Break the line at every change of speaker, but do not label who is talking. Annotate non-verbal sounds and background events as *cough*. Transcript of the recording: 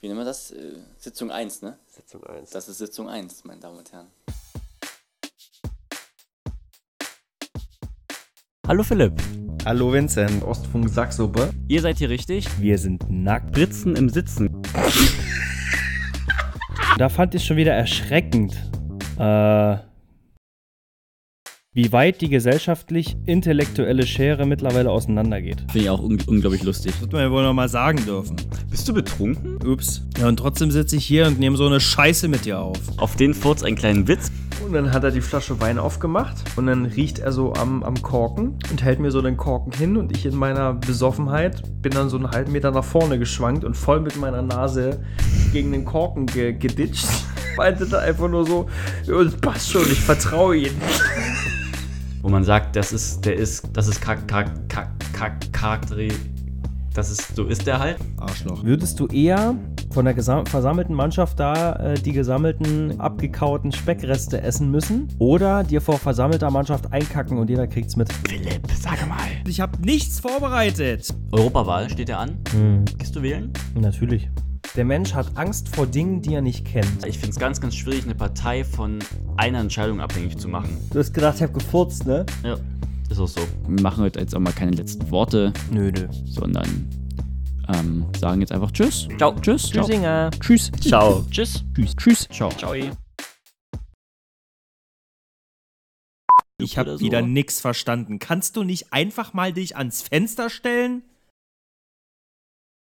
wie nennen wir das? Äh, Sitzung 1, ne?
Sitzung 1.
Das ist Sitzung 1, meine Damen und Herren.
Hallo Philipp,
Hallo Vincent.
Ostfunk Sacksuppe.
ihr seid hier richtig.
Wir sind nackt.
Britzen im Sitzen.
Da fand ich schon wieder erschreckend, äh, wie weit die gesellschaftlich-intellektuelle Schere mittlerweile auseinandergeht.
Finde ich auch un unglaublich lustig.
Wird man ja wohl noch mal sagen dürfen.
Bist du betrunken?
Ups. Ja, und trotzdem sitze ich hier und nehme so eine Scheiße mit dir auf.
Auf den Furz einen kleinen Witz.
Und dann hat er die Flasche Wein aufgemacht und dann riecht er so am, am Korken und hält mir so den Korken hin und ich in meiner Besoffenheit bin dann so einen halben Meter nach vorne geschwankt und voll mit meiner Nase gegen den Korken ge geditscht. *laughs* Meinte da einfach nur so, "Ja, das passt schon, ich vertraue ihm.
wo man sagt, das ist, der ist, das ist Char Char Char Char Charakter, das ist, so ist der halt.
Arschloch.
Würdest du eher von der gesam- versammelten Mannschaft da äh, die gesammelten abgekauten Speckreste essen müssen oder dir vor versammelter Mannschaft einkacken und jeder kriegt's mit?
Ich habe nichts vorbereitet.
Europawahl steht er an.
Hm.
Gehst du wählen?
Natürlich. Der Mensch hat Angst vor Dingen, die er nicht kennt.
Ich finde es ganz, ganz schwierig, eine Partei von einer Entscheidung abhängig zu machen.
Du hast gedacht, ich hab gefurzt, ne?
Ja, ist auch so.
Wir machen heute jetzt auch mal keine letzten Worte,
Nö, nö.
sondern ähm, sagen jetzt einfach Tschüss.
Ciao.
Tschüss.
Tschüssinger.
Tschüss.
Ciao. Tschüss.
Tschüss. Tschüss. Ciao.
Ich habe
Oder so.
wieder nix verstanden. Kannst du nicht einfach mal dich ans Fenster stellen?